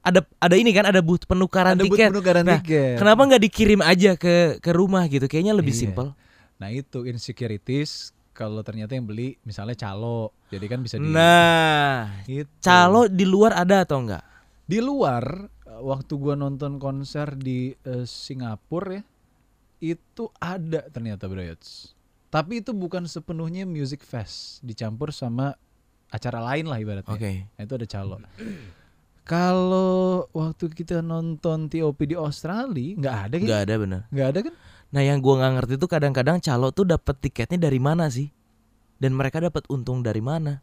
[SPEAKER 1] ada ada ini kan ada booth penukaran
[SPEAKER 2] ada buat
[SPEAKER 1] tiket.
[SPEAKER 2] penukaran
[SPEAKER 1] Nah,
[SPEAKER 2] tiket
[SPEAKER 1] Kenapa nggak dikirim aja ke ke rumah gitu? Kayaknya lebih
[SPEAKER 2] Iya.
[SPEAKER 1] simpel.
[SPEAKER 2] nah itu insecurities kalau ternyata yang beli misalnya calo jadi kan bisa di
[SPEAKER 1] Nah,
[SPEAKER 2] gitu.
[SPEAKER 1] calo di luar ada atau enggak?
[SPEAKER 2] di luar eh, waktu gua nonton konser di eh, Singapura ya itu ada ternyata Briots tapi itu bukan sepenuhnya music fest dicampur sama acara lain lah ibaratnya
[SPEAKER 1] Oke.
[SPEAKER 2] Nah, itu ada calo kalau waktu kita nonton TOP di Australia nggak ada kan
[SPEAKER 1] nggak ada bener.
[SPEAKER 2] nggak ada kan
[SPEAKER 1] Nah, yang gua nggak ngerti tuh kadang-kadang calo tuh dapat tiketnya dari mana sih? Dan mereka dapat untung dari mana?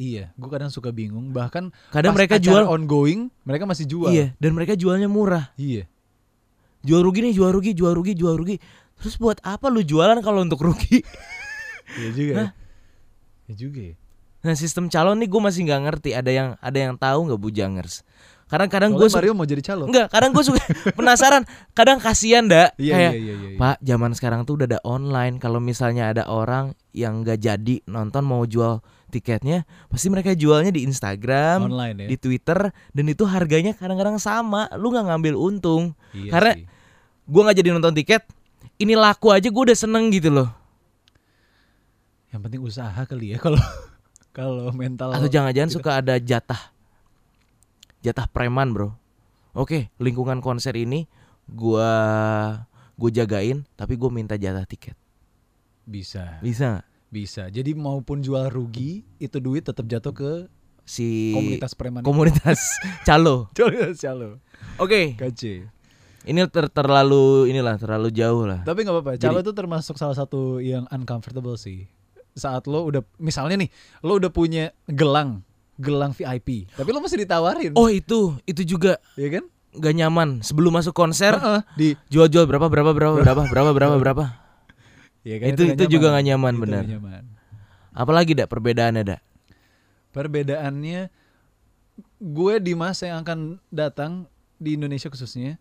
[SPEAKER 2] Iya, gue kadang suka bingung. Bahkan
[SPEAKER 1] Kadang
[SPEAKER 2] pas
[SPEAKER 1] mereka jual
[SPEAKER 2] acara ongoing, mereka masih jual.
[SPEAKER 1] iya, dan mereka jualnya murah.
[SPEAKER 2] Iya.
[SPEAKER 1] Jual rugi nih, jual rugi, jual rugi, jual rugi. Terus buat apa lu jualan kalau untuk rugi?
[SPEAKER 2] Iya juga. ya. Iya juga. ya.
[SPEAKER 1] Nah, sistem calon nih gue masih nggak ngerti. Ada yang ada yang tahu nggak bujangers? Kadang-kadang gue
[SPEAKER 2] Soalnya Mario mau jadi calon.
[SPEAKER 1] Enggak, kadang gue suka penasaran. Kadang kasihan dak.
[SPEAKER 2] Iya,
[SPEAKER 1] Kayak,
[SPEAKER 2] iya, iya, iya, iya.
[SPEAKER 1] Pak, zaman sekarang tuh udah ada online. Kalau misalnya ada orang yang nggak jadi nonton mau jual tiketnya, pasti mereka jualnya di Instagram,
[SPEAKER 2] Online ya.
[SPEAKER 1] di Twitter, dan itu harganya kadang-kadang sama. Lu nggak ngambil untung.
[SPEAKER 2] Iya
[SPEAKER 1] karena-
[SPEAKER 2] sih.
[SPEAKER 1] Gue nggak jadi nonton tiket. Ini laku aja gue udah seneng gitu loh.
[SPEAKER 2] yang penting usaha kali ya kalau kalau mental
[SPEAKER 1] Atau jangan-jangan suka ada jatah, jatah preman bro. Oke, lingkungan konser ini gue gue jagain, tapi gue minta jatah tiket.
[SPEAKER 2] bisa
[SPEAKER 1] Bisa nggak?
[SPEAKER 2] bisa. Jadi maupun jual rugi itu duit tetap jatuh ke
[SPEAKER 1] si
[SPEAKER 2] komunitas preman.
[SPEAKER 1] komunitas calo.
[SPEAKER 2] Komunitas calo.
[SPEAKER 1] Oke,
[SPEAKER 2] Gaji.
[SPEAKER 1] ini ter- terlalu inilah terlalu jauh lah.
[SPEAKER 2] Tapi nggak apa-apa. Calo itu termasuk salah satu yang uncomfortable sih. Saat lo udah misalnya nih, lo udah punya gelang, gelang VIP, tapi lo masih ditawarin,
[SPEAKER 1] Oh itu itu juga
[SPEAKER 2] ya kan?
[SPEAKER 1] gak nyaman sebelum masuk konser
[SPEAKER 2] Heeh, di
[SPEAKER 1] jual-jual berapa berapa berapa berapa berapa berapa berapa.
[SPEAKER 2] ya
[SPEAKER 1] Itu- itu juga nggak nyaman,
[SPEAKER 2] Itu
[SPEAKER 1] benar.
[SPEAKER 2] nggak nyaman.
[SPEAKER 1] Apalagi dak perbedaannya dak.
[SPEAKER 2] Perbedaannya gue di masa yang akan datang di Indonesia khususnya,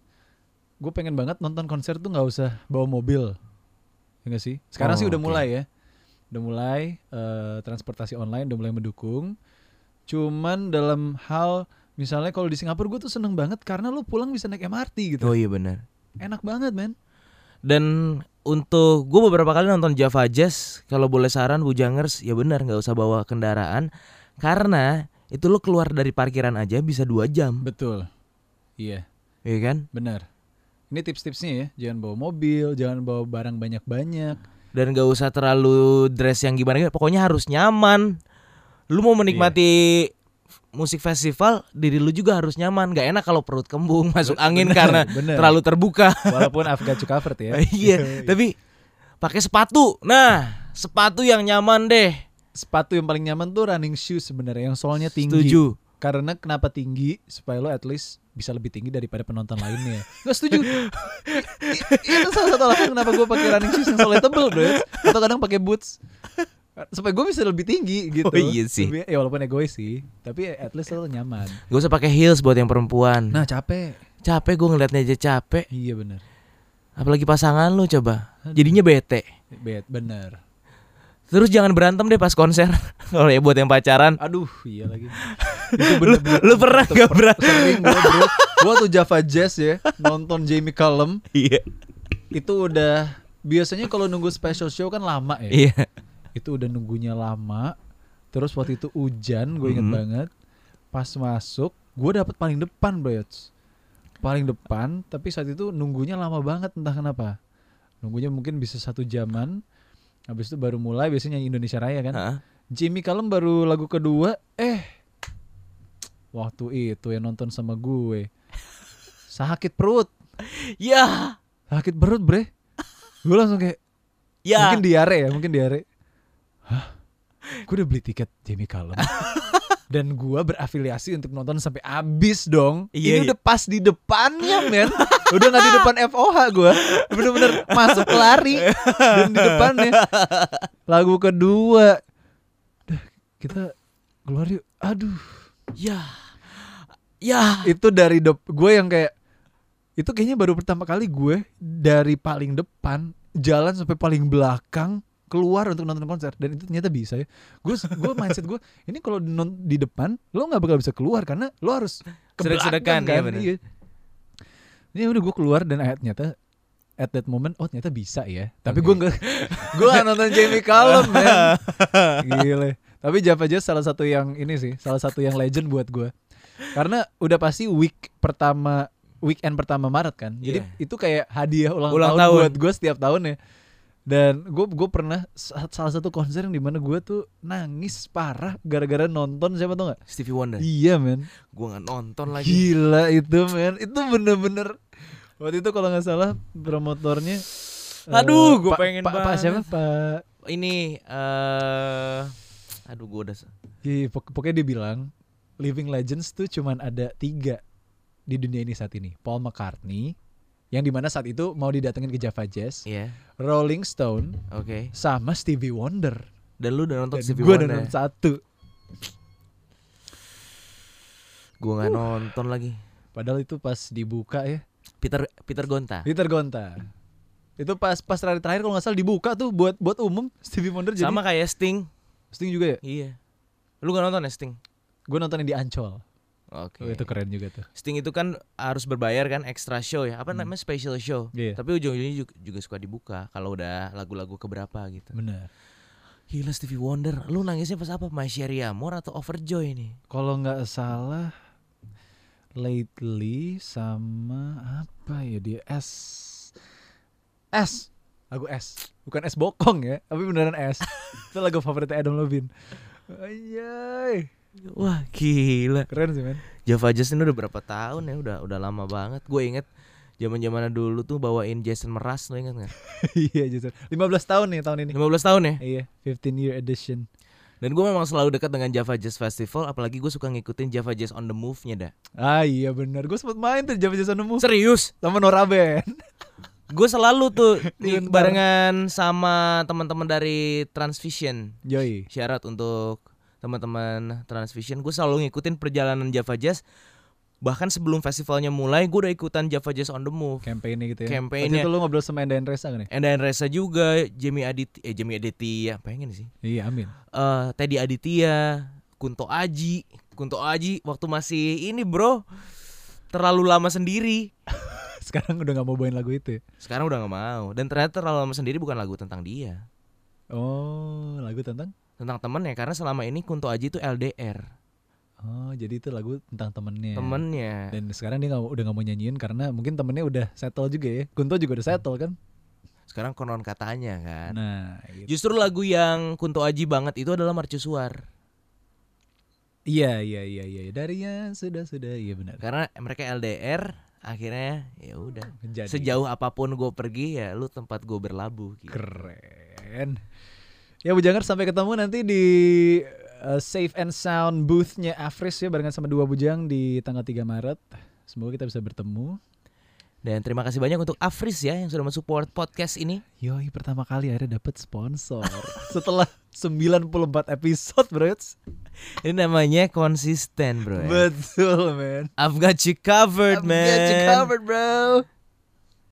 [SPEAKER 2] gue pengen banget nonton konser tuh nggak usah bawa mobil, ya nggak sih? Sekarang
[SPEAKER 1] Oh,
[SPEAKER 2] sih udah
[SPEAKER 1] oke.
[SPEAKER 2] mulai ya, udah mulai eh, transportasi online udah mulai mendukung. Cuman dalam hal misalnya kalau di Singapura gue tuh seneng banget karena lu pulang bisa naik MRT gitu,
[SPEAKER 1] Oh iya benar.
[SPEAKER 2] enak banget men.
[SPEAKER 1] Dan untuk gue beberapa kali nonton Java Jazz, kalau boleh saran Bujangers, ya benar nggak usah bawa kendaraan karena itu lo keluar dari parkiran aja bisa dua jam,
[SPEAKER 2] Betul, iya.
[SPEAKER 1] ya kan?
[SPEAKER 2] Benar. Ini tips-tipsnya ya, jangan bawa mobil, jangan bawa barang banyak-banyak.
[SPEAKER 1] Dan nggak usah terlalu dress yang gimana, pokoknya harus nyaman. Lu mau menikmati
[SPEAKER 2] Iya.
[SPEAKER 1] musik festival, diri lu juga harus nyaman. Gak enak kalau perut kembung masuk angin
[SPEAKER 2] bener,
[SPEAKER 1] karena
[SPEAKER 2] bener.
[SPEAKER 1] terlalu terbuka.
[SPEAKER 2] Walaupun I've got you covered ya.
[SPEAKER 1] Iya, tapi pakai sepatu. Nah, sepatu yang nyaman deh.
[SPEAKER 2] Sepatu yang paling nyaman tuh running shoes sebenarnya yang soalnya tinggi.
[SPEAKER 1] Setuju.
[SPEAKER 2] Karena kenapa tinggi? Supaya lo at least bisa lebih tinggi daripada penonton lainnya. Gak setuju. I- itu salah satu alasan kenapa gue pakai running shoes yang soalnya tebel, bro. Atau kadang pakai boots. Supaya gue bisa lebih tinggi gitu.
[SPEAKER 1] Oh, iya sih.
[SPEAKER 2] Lebih- ya walaupun egois sih, tapi at least lo nyaman.
[SPEAKER 1] Gak usah pakai heels buat yang perempuan.
[SPEAKER 2] Nah capek.
[SPEAKER 1] Capek gue ngeliatnya aja capek.
[SPEAKER 2] Iya bener.
[SPEAKER 1] Apalagi pasangan lu coba. Jadinya bete.
[SPEAKER 2] Bet, bener.
[SPEAKER 1] Terus jangan berantem deh pas konser. Kalau ya buat yang pacaran.
[SPEAKER 2] Aduh, iya lagi. Itu
[SPEAKER 1] Lu,
[SPEAKER 2] bener-bener
[SPEAKER 1] lu pernah
[SPEAKER 2] itu
[SPEAKER 1] gak
[SPEAKER 2] per-
[SPEAKER 1] berantem?
[SPEAKER 2] sering gue bro. Gue tuh Java Jazz ya, nonton Jamie Cullum
[SPEAKER 1] Iya.
[SPEAKER 2] itu udah biasanya kalau nunggu special show kan lama ya.
[SPEAKER 1] Iya.
[SPEAKER 2] Itu udah nunggunya lama. Terus waktu itu hujan, gue inget
[SPEAKER 1] Mhm.
[SPEAKER 2] banget. Pas masuk, gue dapet paling depan, bro. Yots. Paling depan, tapi saat itu nunggunya lama banget entah kenapa. Nunggunya mungkin bisa satu jaman. Habis itu baru mulai biasanya nyanyi Indonesia Raya kan.
[SPEAKER 1] Heeh.
[SPEAKER 2] Jimmy Callum baru lagu kedua eh waktu itu yang nonton sama gue sakit perut
[SPEAKER 1] Ya.
[SPEAKER 2] sakit perut bre gue langsung kayak
[SPEAKER 1] Ya.
[SPEAKER 2] mungkin diare ya mungkin diare hah gue udah beli tiket Jimmy Callum dan gue berafiliasi untuk nonton sampai abis dong
[SPEAKER 1] Iya, iya.
[SPEAKER 2] ini udah pas di depannya men udah nggak di depan FOH gue bener-bener masuk lari dan di depannya lagu kedua Dah, kita keluar yuk aduh
[SPEAKER 1] Ya. Ya.
[SPEAKER 2] itu dari dep- gue yang kayak itu kayaknya baru pertama kali gue dari paling depan jalan sampai paling belakang keluar untuk nonton konser dan itu ternyata bisa ya gue gue mindset gue ini kalau di, non- di depan lo nggak bakal bisa keluar karena lo harus ke
[SPEAKER 1] Sedek-sedekan,
[SPEAKER 2] belakang
[SPEAKER 1] ya
[SPEAKER 2] kan
[SPEAKER 1] bener.
[SPEAKER 2] iya. ini udah gue keluar dan akhirnya ternyata at that moment oh ternyata bisa ya tapi gue nggak gue nggak nonton Jamie Cullum man gile tapi Java Jazz salah satu yang ini sih salah satu yang legend buat gue karena udah pasti week pertama weekend pertama Maret kan jadi
[SPEAKER 1] Iya.
[SPEAKER 2] itu kayak hadiah ulang,
[SPEAKER 1] Ulang
[SPEAKER 2] tahun,
[SPEAKER 1] tahun.
[SPEAKER 2] buat gue setiap tahun ya dan gue gue pernah sa- salah satu konser yang dimana gue tuh nangis parah gara-gara nonton siapa tau nggak
[SPEAKER 1] Stevie Wonder.
[SPEAKER 2] iya men
[SPEAKER 1] Gue nggak nonton Eh. lagi.
[SPEAKER 2] Gila itu men, itu bener-bener waktu itu kalau nggak salah promotornya. eh,
[SPEAKER 1] Aduh, gua
[SPEAKER 2] Pak-
[SPEAKER 1] pengen
[SPEAKER 2] Pak Pak
[SPEAKER 1] banget.
[SPEAKER 2] siapa Pak
[SPEAKER 1] Ini eh Aduh gue udah se-
[SPEAKER 2] Iya, pok- pokoknya dia bilang Living Legends tuh cuman ada tiga di dunia ini saat ini. Paul McCartney yang dimana saat itu mau didatengin ke Java Jazz,
[SPEAKER 1] Iya
[SPEAKER 2] Rolling Stone,
[SPEAKER 1] Oke
[SPEAKER 2] sama Stevie Wonder.
[SPEAKER 1] Dan lu udah nonton
[SPEAKER 2] Dan
[SPEAKER 1] Stevie
[SPEAKER 2] gue
[SPEAKER 1] Wonder
[SPEAKER 2] udah nomor satu.
[SPEAKER 1] Gue
[SPEAKER 2] Uh.
[SPEAKER 1] gak nonton lagi
[SPEAKER 2] Padahal itu pas dibuka ya,
[SPEAKER 1] Peter Peter Gonta
[SPEAKER 2] Peter Gonta. Itu pas pas terakhir terakhir kalau nggak salah dibuka tuh buat buat umum Stevie Wonder jadi
[SPEAKER 1] Sama kayak Sting
[SPEAKER 2] Sting juga ya.
[SPEAKER 1] Iya Lu gak nonton ya Sting?
[SPEAKER 2] Gue nonton yang di Ancol.
[SPEAKER 1] Oke
[SPEAKER 2] Oh, itu keren juga tuh.
[SPEAKER 1] Sting itu kan harus berbayar kan extra show ya Apa namanya special show
[SPEAKER 2] Hmm. Iya.
[SPEAKER 1] Tapi ujung-ujungnya juga, juga suka dibuka Kalau udah lagu-lagu keberapa gitu
[SPEAKER 2] Bener.
[SPEAKER 1] Gila Stevie Wonder Lu nangisnya pas apa? My Sherry Amor atau Overjoy nih?
[SPEAKER 2] Kalau nggak salah lately sama apa ya dia S S lagu S bukan S bokong ya tapi beneran S itu lagu favoritnya Adam Levine Anjay
[SPEAKER 1] Wah gila
[SPEAKER 2] keren sih men
[SPEAKER 1] Java Jazz ini udah berapa tahun ya? Udah udah lama banget. Gue inget zaman zaman dulu tuh bawain Jason Meras lo inget nggak?
[SPEAKER 2] iya justru 15 tahun nih tahun ini
[SPEAKER 1] 15 tahun ya.
[SPEAKER 2] iya 15 year edition
[SPEAKER 1] Dan gue memang selalu dekat dengan Java Jazz Festival. Apalagi gue suka ngikutin Java Jazz on the Move-nya dah.
[SPEAKER 2] ah iya bener gue sempet main tuh jam jam nemu
[SPEAKER 1] Serius?
[SPEAKER 2] sama Nora Ben
[SPEAKER 1] Gue selalu tuh di-
[SPEAKER 2] Bentar.
[SPEAKER 1] barengan sama teman-teman dari Transvision.
[SPEAKER 2] Joy
[SPEAKER 1] Syarat untuk teman-teman Transvision, gue selalu ngikutin perjalanan Java Jazz. Bahkan sebelum festivalnya mulai, gue udah ikutan Java Jazz on the Move.
[SPEAKER 2] campaign gitu ya
[SPEAKER 1] Campaign-nya.
[SPEAKER 2] Waktu itu lu ngobrol sama Enda Resa gak nih
[SPEAKER 1] And then Reza juga, Jamie Aditya, eh Jamie Aditya, pengen sih.
[SPEAKER 2] iya amin
[SPEAKER 1] eh Teddy Aditya, Kunto Aji, Kunto Aji waktu masih ini bro terlalu lama sendiri.
[SPEAKER 2] sekarang udah nggak mau bawain lagu itu ya?
[SPEAKER 1] Sekarang udah nggak mau. Dan ternyata terlalu lama sendiri bukan lagu tentang dia,
[SPEAKER 2] Oh, lagu tentang?
[SPEAKER 1] tentang temennya. Karena selama ini Kunto Aji itu LDR,
[SPEAKER 2] Oh, jadi itu lagu tentang
[SPEAKER 1] Iya.
[SPEAKER 2] temennya.
[SPEAKER 1] temennya.
[SPEAKER 2] Dan sekarang dia nggak udah nggak mau nyanyiin karena mungkin temennya udah settle juga ya. Kunto juga udah settle kan?
[SPEAKER 1] Sekarang konon katanya kan.
[SPEAKER 2] Nah, gitu.
[SPEAKER 1] Justru lagu yang Kunto Aji banget itu adalah Mercusuar.
[SPEAKER 2] iya iya iya iya dari yang sudah sudah iya benar.
[SPEAKER 1] Karena mereka LDR, akhirnya ya udah.
[SPEAKER 2] Jadi
[SPEAKER 1] Sejauh apapun gue pergi ya lu tempat gue berlabuh. Gitu.
[SPEAKER 2] keren. Ya Bujangar sampai ketemu nanti di uh, Safe and Sound booth-nya Afris ya barengan sama dua Bujang di tanggal 3 Maret. Semoga kita bisa bertemu.
[SPEAKER 1] Dan terima kasih banyak untuk Afris ya yang sudah mensupport podcast ini.
[SPEAKER 2] Yoi pertama kali akhirnya dapet sponsor Setelah 94 episode bro
[SPEAKER 1] Ini namanya konsisten, bro. ya.
[SPEAKER 2] Betul man
[SPEAKER 1] I've got you covered, man.
[SPEAKER 2] I've got you covered bro